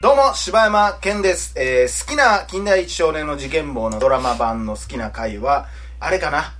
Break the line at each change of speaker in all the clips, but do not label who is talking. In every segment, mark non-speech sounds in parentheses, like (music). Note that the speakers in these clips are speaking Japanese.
どうも、柴山健です。えー好きな近代一少年の事件簿のドラマ版の好きな回は、あれかな。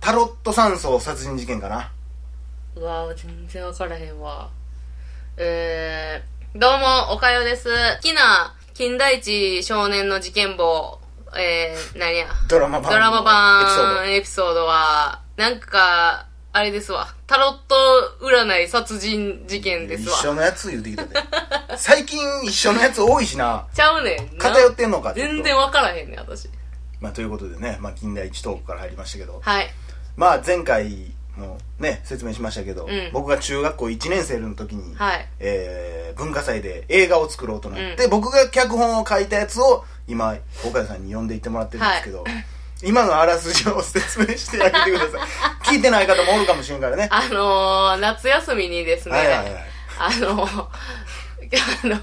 タロット山荘殺人事件かな。
うわー全然分からへんわえー、どうもおかよです好きな金田一少年の事件簿えー、何や
ドラマ版。
ドラマ
エピソー
版
ド。
エピソードはなんかあれですわタロット占い殺人事件です
一
わ
緒のやつ言うてきたで。 (laughs) 最近一緒のやつ多いしな。
ちゃうねんな
偏ってんのかちょっと
全然分からへんねん私
まあ、ということでね、まあ、近代一トークから入りましたけど、
はい
まあ、前回もね、説明しましたけど、
うん
僕が中学校1年生の時に、
はい
えー文化祭で映画を作ろうとなって、僕が脚本を書いたやつを今岡谷さんに呼んでいってもらってるんですけど、今のあらすじを説明してあげてください
(laughs)
聞いてない方もおるかもしれんからね
あのー、夏休みにですね、
はいはいはい
あの、 (laughs) あの、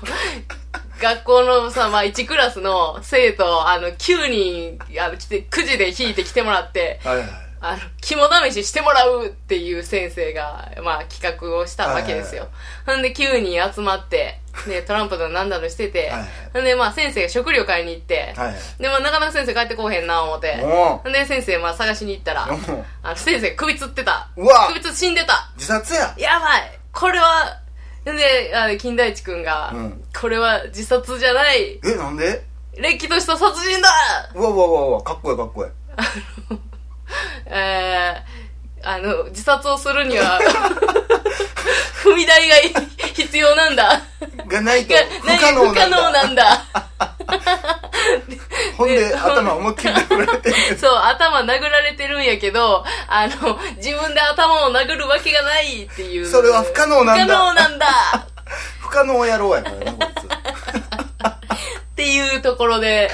学校のさ、まあ、1クラスの生徒、あの、9人、あの、来て、9時で引いて来てもらって、
はいはい
あの、肝試ししてもらうっていう先生が、まあ、企画をしたわけですよ。ほんで、9人集まって、で、トランプだのなんだのしてて、
はいはい
ほんで、まあ、先生が食料買いに行って、
はいはい
で、まあ、なかなか先生帰ってこうへんな、思って。
も
ほんで、先生、まあ、探しに行ったら、
うも
あの、先生首つってた。
うわ
首つ死んでた。
う自殺や
やばいこれは、で、あの、金田一くんが、
うん
これは自殺じゃない、
えなんで
れっきとした殺人だ
うわうわうわうわかっこいいかっこいい
えー、あの、自殺をするに
(laughs)
は、踏み台がい必要なんだ。
がないと
(laughs) が
不
何
可能
不可
な
能
んだ
なんだ。
ほんで
ね
頭思いっきり殴られ
(laughs)
てる
そう、頭殴られてるんやけど、あの、自分で頭を殴るわけがないっていう。
それは不可能なんだ
不可能なんだ
不可能野郎やからねこいつ
っていうところで、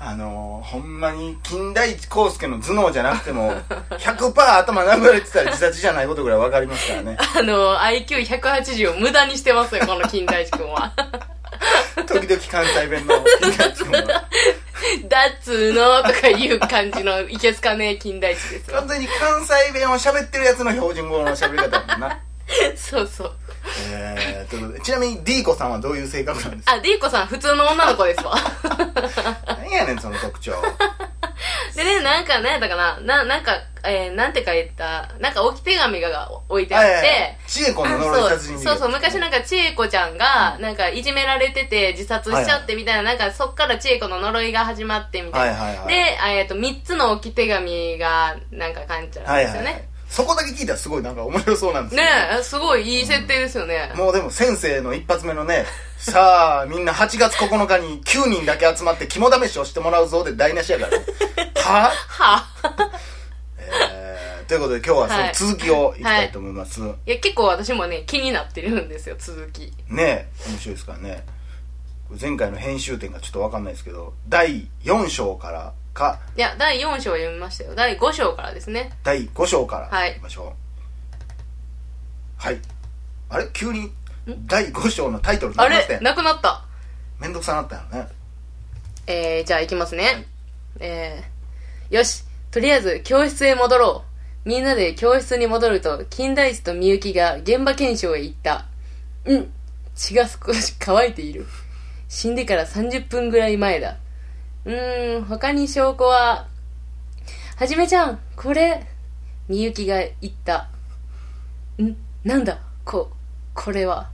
あのー、ほんまに、金田一耕助の頭脳じゃなくても、100%頭殴られてたら自殺じゃないことぐらいわかりますから
(laughs)
ね。
あの、IQ180 を無駄にしてますよ、この金田一くんは。 (laughs)
時々関西弁の金田一君は。
だっつーのとかいう感じのいけすかねえ金田一ですよ (laughs)
完。全に関西弁を喋ってるやつの標準語の喋り方だもんな。
そうそう。
えー、ということで、ちなみに D 子さんはどういう性格なんですか
あ、ディーコさん普通の女の子ですわ。 (laughs)
何やねん、その特徴。
でね、なんか、なんやったかな、な、なんか、えー、なんて書いた、なんか置き手紙が置いてあって、
ちえこ
あ
の呪い
そう
殺人事件
そうそう、昔なんか千恵子ちゃんが、なんかいじめられてて自殺しちゃってみたいな、なんかそっから千恵子の呪いが始まってみたいな。
はいはいはい
で、あえっ、と、3つの置き手紙が、なんかかんちゃら
は
ん
い
で
は
す
い、
よ
は
ね。
い。そこだけ聞いたらすごいなんか面白そうなんですけ
ね
ど
え、すごいいい設定ですよね。
もうでも先生の一発目のね、 (laughs) さあ、みんな8月9日に9人だけ集まって肝試しをしてもらうぞで台無しや
(laughs)
からね。はぁ、
はあ、
えーということで今日はその続きをいきたいと思います。
いや、結構私もね、気になってるんですよ、続き。
ねえ面白いですからね。前回の編集点がちょっとわかんないですけど、第4章からか、
いや、第4章を読みましたよ。第5章からですね。
第5章から
はい
行きましょう。はい。あれ急に第5章のタイトルにな
あ
りまし
れ
て
なくなった。
めんどくさなったよね。
えー、じゃあ行きますね。えー、よし、とりあえず教室へ戻ろう。みんなで教室に戻ると、金田一とみゆきが現場検証へ行った。うん、血が少し乾いている。死んでから30分ぐらい前だ。うーん、他に証拠は、はじめちゃん、これ、みゆきが言った。ん、なんだ、こ、これは。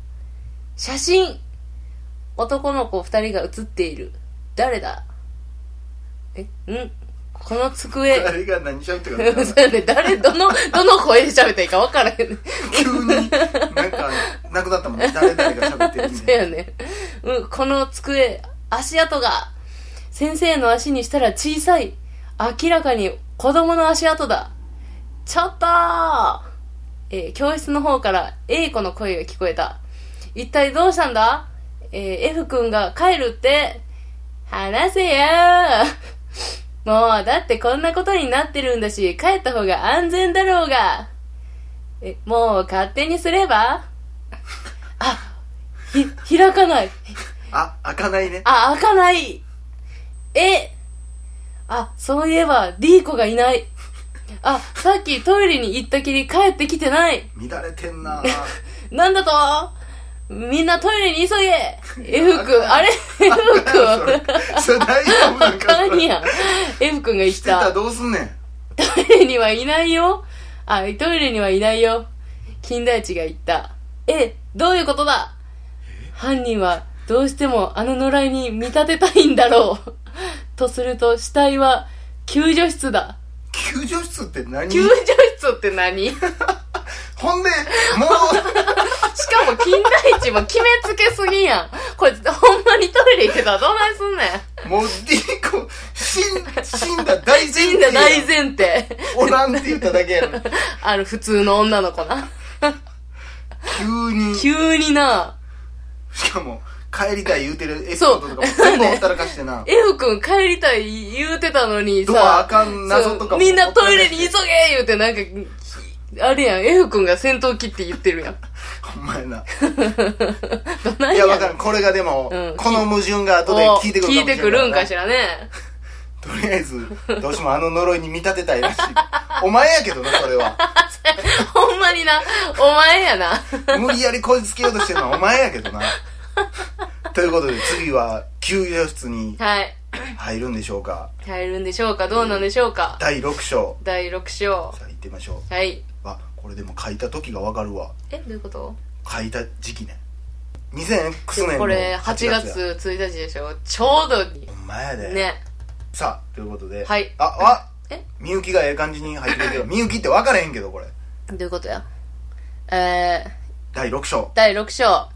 写真男の子二人が写っている誰だえんこの机
あれが何喋ってく
(laughs) そう
る
やね誰どのどの声で喋ったらいいか分からへんね
急になんかなくなったもんね誰々が喋ってるみ
そう
たいな
やねうんこの机足跡が先生の足にしたら小さい明らかに子供の足跡だちょっとーえー教室の方から A 子の声が聞こえた一体どうしたんだえー F 君が帰るって話せよーもうだってこんなことになってるんだし帰った方が安全だろうがえもう勝手にすればあひ開かない
あ開かないね
あ開かないえあそういえば D 子がいないあ、さっきトイレに行ったきり帰ってきてない。
乱れてんな
なんだとみんなトイレに急げ !F
(laughs)
君、あれ ?F
そ
君
れそれ大丈夫な
あ
んか
か
そ
ん
れ
やん。F 君が言っ
してたら
た。
どうすんねん
トイレにはいないよ。あ、トイレにはいないよ。金田一が言った。え、どういうことだ犯人はどうしてもあの野良に見立てたいんだろう。とすると死体は救助室だ。
救助室って何
救助室って何しか
ほんでも
も金田一も決めつけすぎやん。これほんまにトイレ行ってたらどないすんねん。
う
(laughs)
もうリコ死ん死んだ大前
死
提
ん
や
だ
ん
大前提。
おらんって言っただけやのに
あの普通の女の子な。
急に
(laughs) 急にな。
しかも帰りたい言うてるエピソードとかも全部ほったらかしてな
F 君帰りたい言うてたのにさ。
ドアあかん謎とかも
そうみんなトイレに急げ言うてなんか、あれやん、F 君が戦闘機って言ってるやん。
ほんまやな
どないい
や
やん。
わかるこれがでも、
うん
この矛盾が後で
お
聞いてくる
聞いてくるんかし
ら
らね。 (laughs)
とりあえずどうしてもあの呪いに見立てたいらしい (laughs) お前やけどなそれは
(laughs) ほんまにな、お前やな。
無理やりこじつけようとしてるのはお前やけど
(laughs)
なということで次は給与室に
はい。
入るんでしょうか
入るんでしょうかどうなんでしょうか、
第6章
第6章。
さあ行ってみましょ
はい。
うあこれでも書いた時がわかるわ
え、どういうこと
書いた時期ね2009
で
年
も
の
これ8
8月や
月1日でしょちょうどに
ほんまやで、
ね。
さあということで、
はい
ああ
え
みゆきがええ感じに入ってくれてるみゆきって分からへんけどこれ
どういうことやえー、
第6章
第6章。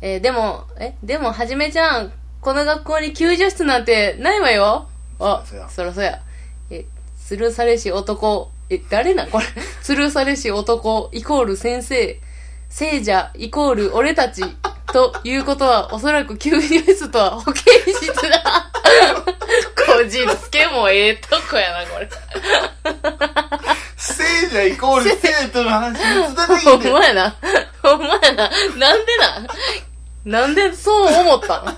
えー、でも、え、でも、はじめちゃん、この学校に救助室なんてないわよ。あ、
そ
そ
りゃ
らそや。え、吊るされし男、え、誰なんこれ。 (laughs) 吊るされし男、イコール先生、聖者、イコール俺たち、ということは、おそらく救助室とは保健室だ。 (laughs) こじつけもええとこやな、これ。
聖者イコール生徒の話に伝
ほ
えて
んまやな。ほんまやな。なんでなんなんでそう思ったの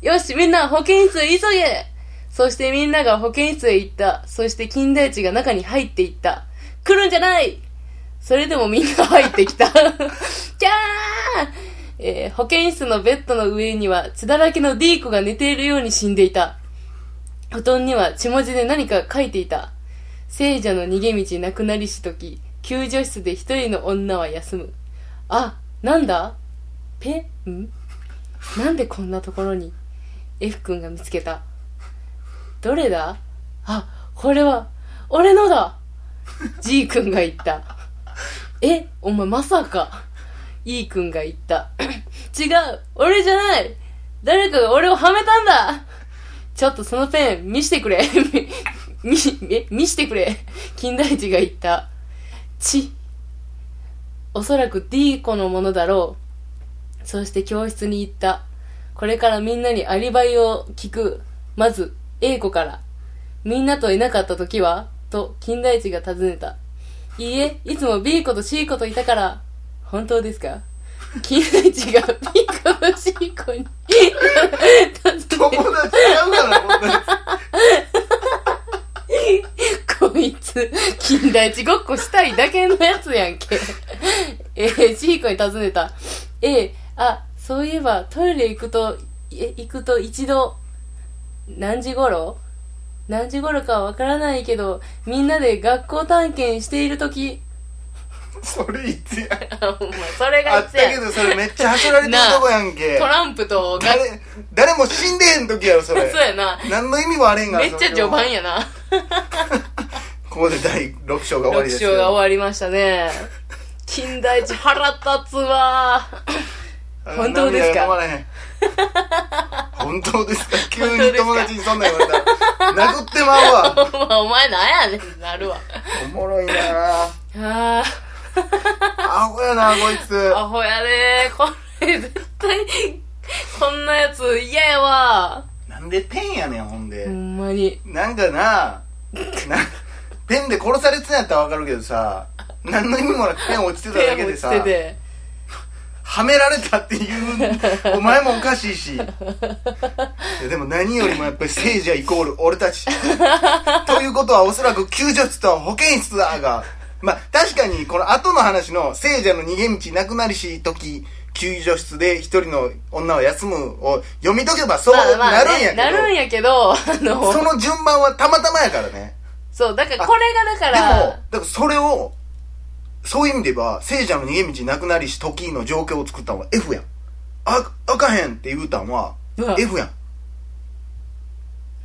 よし、みんな保健室へ急げそしてみんなが保健室へ行った。そして金田一が中に入っていった。来るんじゃないそれでもみんな入ってきた。キ (laughs) ャーえー保健室のベッドの上には血だらけの D 子が寝ているように死んでいた。布団には血文字で何か書いていた。聖者の逃げ道なくなりしとき、救助室で一人の女は休む。あ、なんだペんなんでこんなところに ?F 君が見つけた。どれだあ、これは、俺のだ !G 君が言った。え、お前まさか E 君が言った。 (clears throat) 違う俺じゃない誰かが俺をはめたんだちょっとそのペン見してくれ。 (laughs) み、み、え見してくれ。金田一が言った。ち。おそらく D 子のものだろう。そして教室に行った。これからみんなにアリバイを聞く。まず、A 子から。みんなといなかった時はと金田一が尋ねた。いいえ、いつも B 子と C 子といたから。本当ですか金田一が B 子と C 子に尋ねた。
友達ちゃうからこんなや
こいつ、金田一ごっこしたいだけのやつやんけ。えー、ジーコに尋ねた。えー、あ、そういえばトイレ行くと、え、行くと一度、何時頃何時頃かはわからないけど、みんなで学校探検しているとき。
つそれいつや
あ (laughs) お前それ
あ
がい
っ
つ
たけ
や。 (laughs)
どそれめっちゃ走られてるとこやんけ
トランプと学
誰誰も死んでへん時やろそれ
そうやな。
何の意味もあれんが
めっちゃ序盤
や
やな。
ここで第6章が終わり
6
です
章が終わりましたね。金田一腹立つわ
あ
本当です
涙が止
か
まらへん本当です
(laughs)
か急に友達にそんなん言われたら殴ってまうわ
お前お前なんやねんなるわ。
おもろいなぁ
あ
アホやなこいつ
あ、アホやでこれ絶対、こんなやつ嫌やわ。
なんでペンやねんほんで、
ほんまに。
なんかななペンで殺されてたんやったらわかるけどさ何の意味もなくペン落ちてただけ
手も
で
落ち
さ
てて。
はめられたっていうお前もおかしいしいやでも何よりもやっぱり聖者イコール俺たちということはおそらく救助室と保健室だがまあ確かにこの後の話の聖者の逃げ道なくなりし時救助室で一人の女は休むを読み解けばそう
まあま
な
あ
るんや
ね
けど、
なるんやけど、あの、
その順番はたまたまやからね
そう、だからこれが
で
だか
も
ら、
だからそれをそういう意味で言えば聖者の逃げ道なくなりし時の状況を作ったのは F やんああかへんって言うたんは
うわ
F やん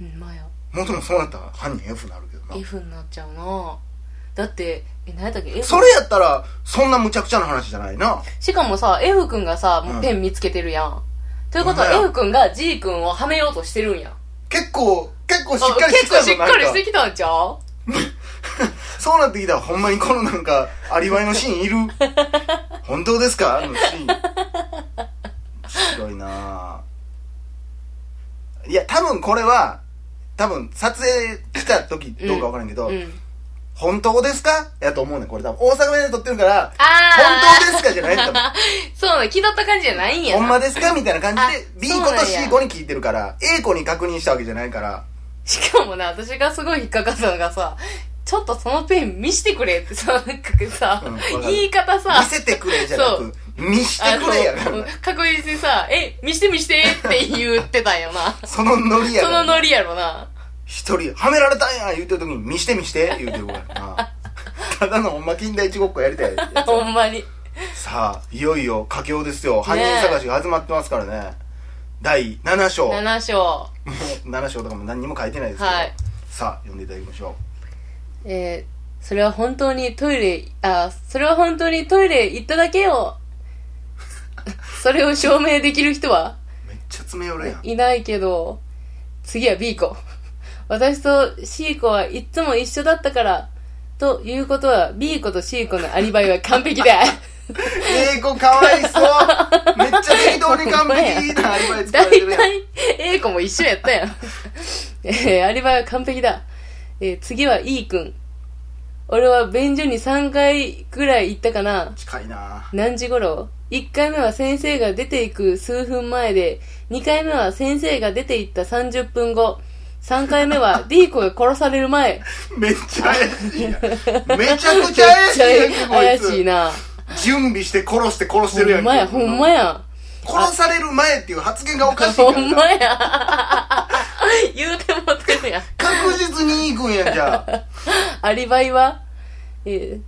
うんまあや、
もともとそうなったら犯人 F になるけどな
F になっちゃうなだって、え、何やったっけ F
それやったらそんな無茶苦茶な話じゃないな
しかもさ、F 君がさ、もううんペン見つけてるやん。ということは
ほんまや
F 君が G 君をはめようとしてるんや。
結構結構しっ
あ
かりして
結
きた
構
ぞ
しっ
なん
かりして
か
きたんちゃう
(laughs) そうなってきたらほんまにこのなんかアリバイのシーン
(laughs)
いる本当ですかあのシーン面白いなぁいや多分これは多分撮影した時どうかわからんけど、
うん。
本当ですかやと思うねんこれ多分大阪弁で撮ってるから
あ
本当ですかじゃない多分
ー。 (laughs) そうなの、気取った感じじゃないんや
ほ
な。
んまですかみたいな感じで、B
あそう
子
なんや
と C 子に聞いてるから、A 子に確認したわけじゃないから、
しかもな、私がすごい引っかかったのがさ、ちょっとそのペン見してくれってさ、なんかさ、
うんわかる
言い方さ、
見せてくれじゃなく、見して
あの
くれやからな。
確実にさ、え、見して見してって言ってたんよ
(laughs)
な。
そのノリや
そ
か
の
ら。
ノリやろな。
一人、はめられたんや言うてる時に、見して見して言うてるから
(laughs)
な。ただのほんま近代一ごっこやりたいやつや。
ほんまに。
さあ、いよいよ佳境ですよ。犯人探しが始まってますからね。第7章。 (laughs) も
7章。
う7章とかも何にも書いてないですけど
はい。
さあ、読んでいただきましょ
えーそれは本当にトイレ、あ、それは本当にトイレ行っただけ
(laughs)
よ。それを証明できる人は
う。めっちゃ詰め寄るやん。
(laughs) いないけど、次は B 子。 (laughs) 私と C 子はいっつも一緒だったから、ということは B 子と C 子のアリバイは完
(laughs)
璧だ。
英語かわいそうめっちゃ適当に完璧なアリバイ作られ
大
てるやん
体、A 子も一緒やった
(laughs)
やん。えーアリバイは完璧だ。えー次は E 君。俺は便所に3回ぐらい行ったかな。
近いな
何時頃 ?1 回目は先生が出ていく数分前で、2回目は先生が出て行った30分後、3回
(laughs)
目は D 子が殺される前。
めっちゃ怪しいや
(laughs)
んめちゃくちゃ怪しいやんけこい
怪
つ
しいな。
準備して殺して殺してる
ほ
やん
んまや、ほんまや。
殺される前っていう発言がおかしい
(laughs) ほ
から
ん
な
まや。言うてもってるやん。
確実にいくんやんじゃあ
(laughs) アリバイは、えー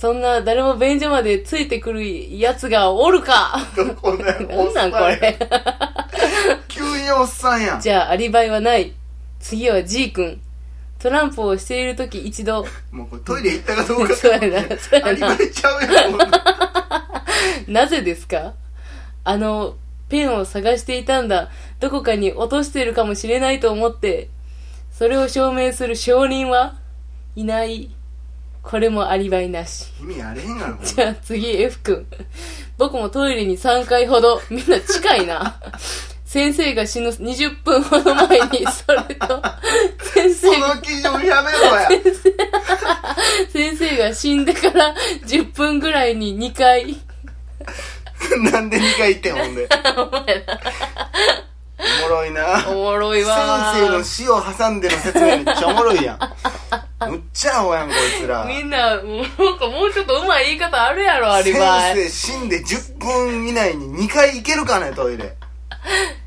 そんな誰も便所までついてくるやつがおるか
どこだよ
なんなんこれ。
急におっさんやん
じゃあ、アリバイはない。次は G 君。トランプをしているとき一度、
もうこれトイレ行ったかどうか
そうやなそうやな
アリバイちゃうやんこんな
(laughs) なぜですかあの、ペンを探していたんだ。どこかに落としているかもしれないと思って、それを証明する証人はいない。これもアリバイなし。 (laughs)
意味あれへんがなほんま
じゃあ次 F 君僕もトイレに3回ほどみんな近い (laughs) な先生が死ぬ20分ほど前にそれと先
そ
生が
の基準やめろや
先生が死んでから10分ぐらいに2回 (laughs)
なんで2回行ってんほんでおもろいな
おもろいわ
先生の死を挟んでの説明めっちゃおもろい
(laughs)
やん。むっちゃアホやん、こいつら。
みんなもうなんかもうちょっと上手い言い方あるやろアリバイ
先生死んで10分以内に2回行けるかね、トイレ。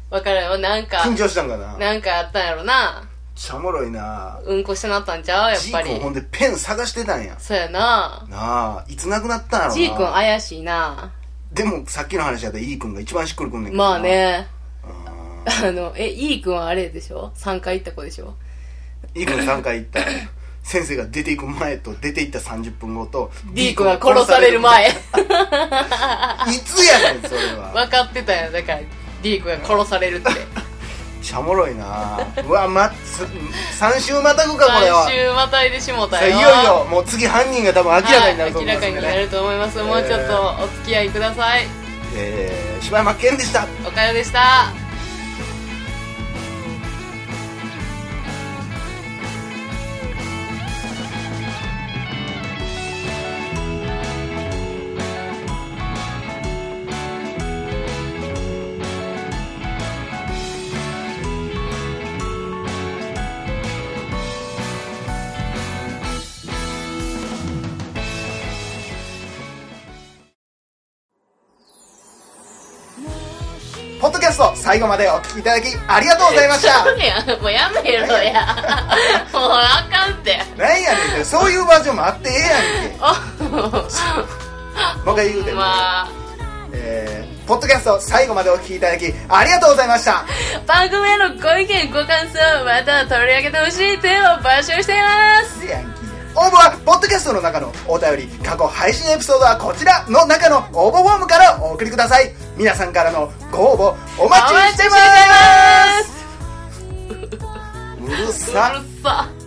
わからんよなんか
緊張したんかな。めっ
なんかあったんやろな
ちゃおもろいな。
うんこしてなったんちゃうやっ
G
ぱり
君ほんでペン探してたんや。
そうやな
なあ、いつ亡くなったんやろな。
G 君怪しいな
でもさっきの話やったら E 君が一番しっくりくんねんけどな
まあ。ね
うん
あの、え、いい君はあれでしょ ?3 回行った子でしょ
E 君3回行った。先生が出ていく前と出て行った30分後と
?D 君が殺される前。
いつやねんそれは
(laughs) 分かってたよ、だから D 君が殺される
(laughs)
って。
しゃもろいなうわまつ3週またぐかこれは
3週またいでしもた
さあ
よ。
いよいよもう次犯人が多分明らかになると思いますんで
はい明らかにな
ね
ると思います。もうちょっとお付き合いください。
えー柴山健でした
おかよでした。
ッドキャスト最後までお聞きいただきありがとうございました
そうやんもうやめろやもうあかんって
なんやねんってそういうバージョンもあってええやんけ
あ
もう一回言うて、
まあ
えーポッドキャスト最後までお聞きいただきありがとうございました
番組へのご意見ご感想また取り上げてほしいテーマを募集しています
ヤンキー応募はポッドキャストの中のお便り過去配信エピソードはこちらの中の応募フォームからお送りください皆さんからのご応募お待ちしてます
す
うる
う
さ
るさ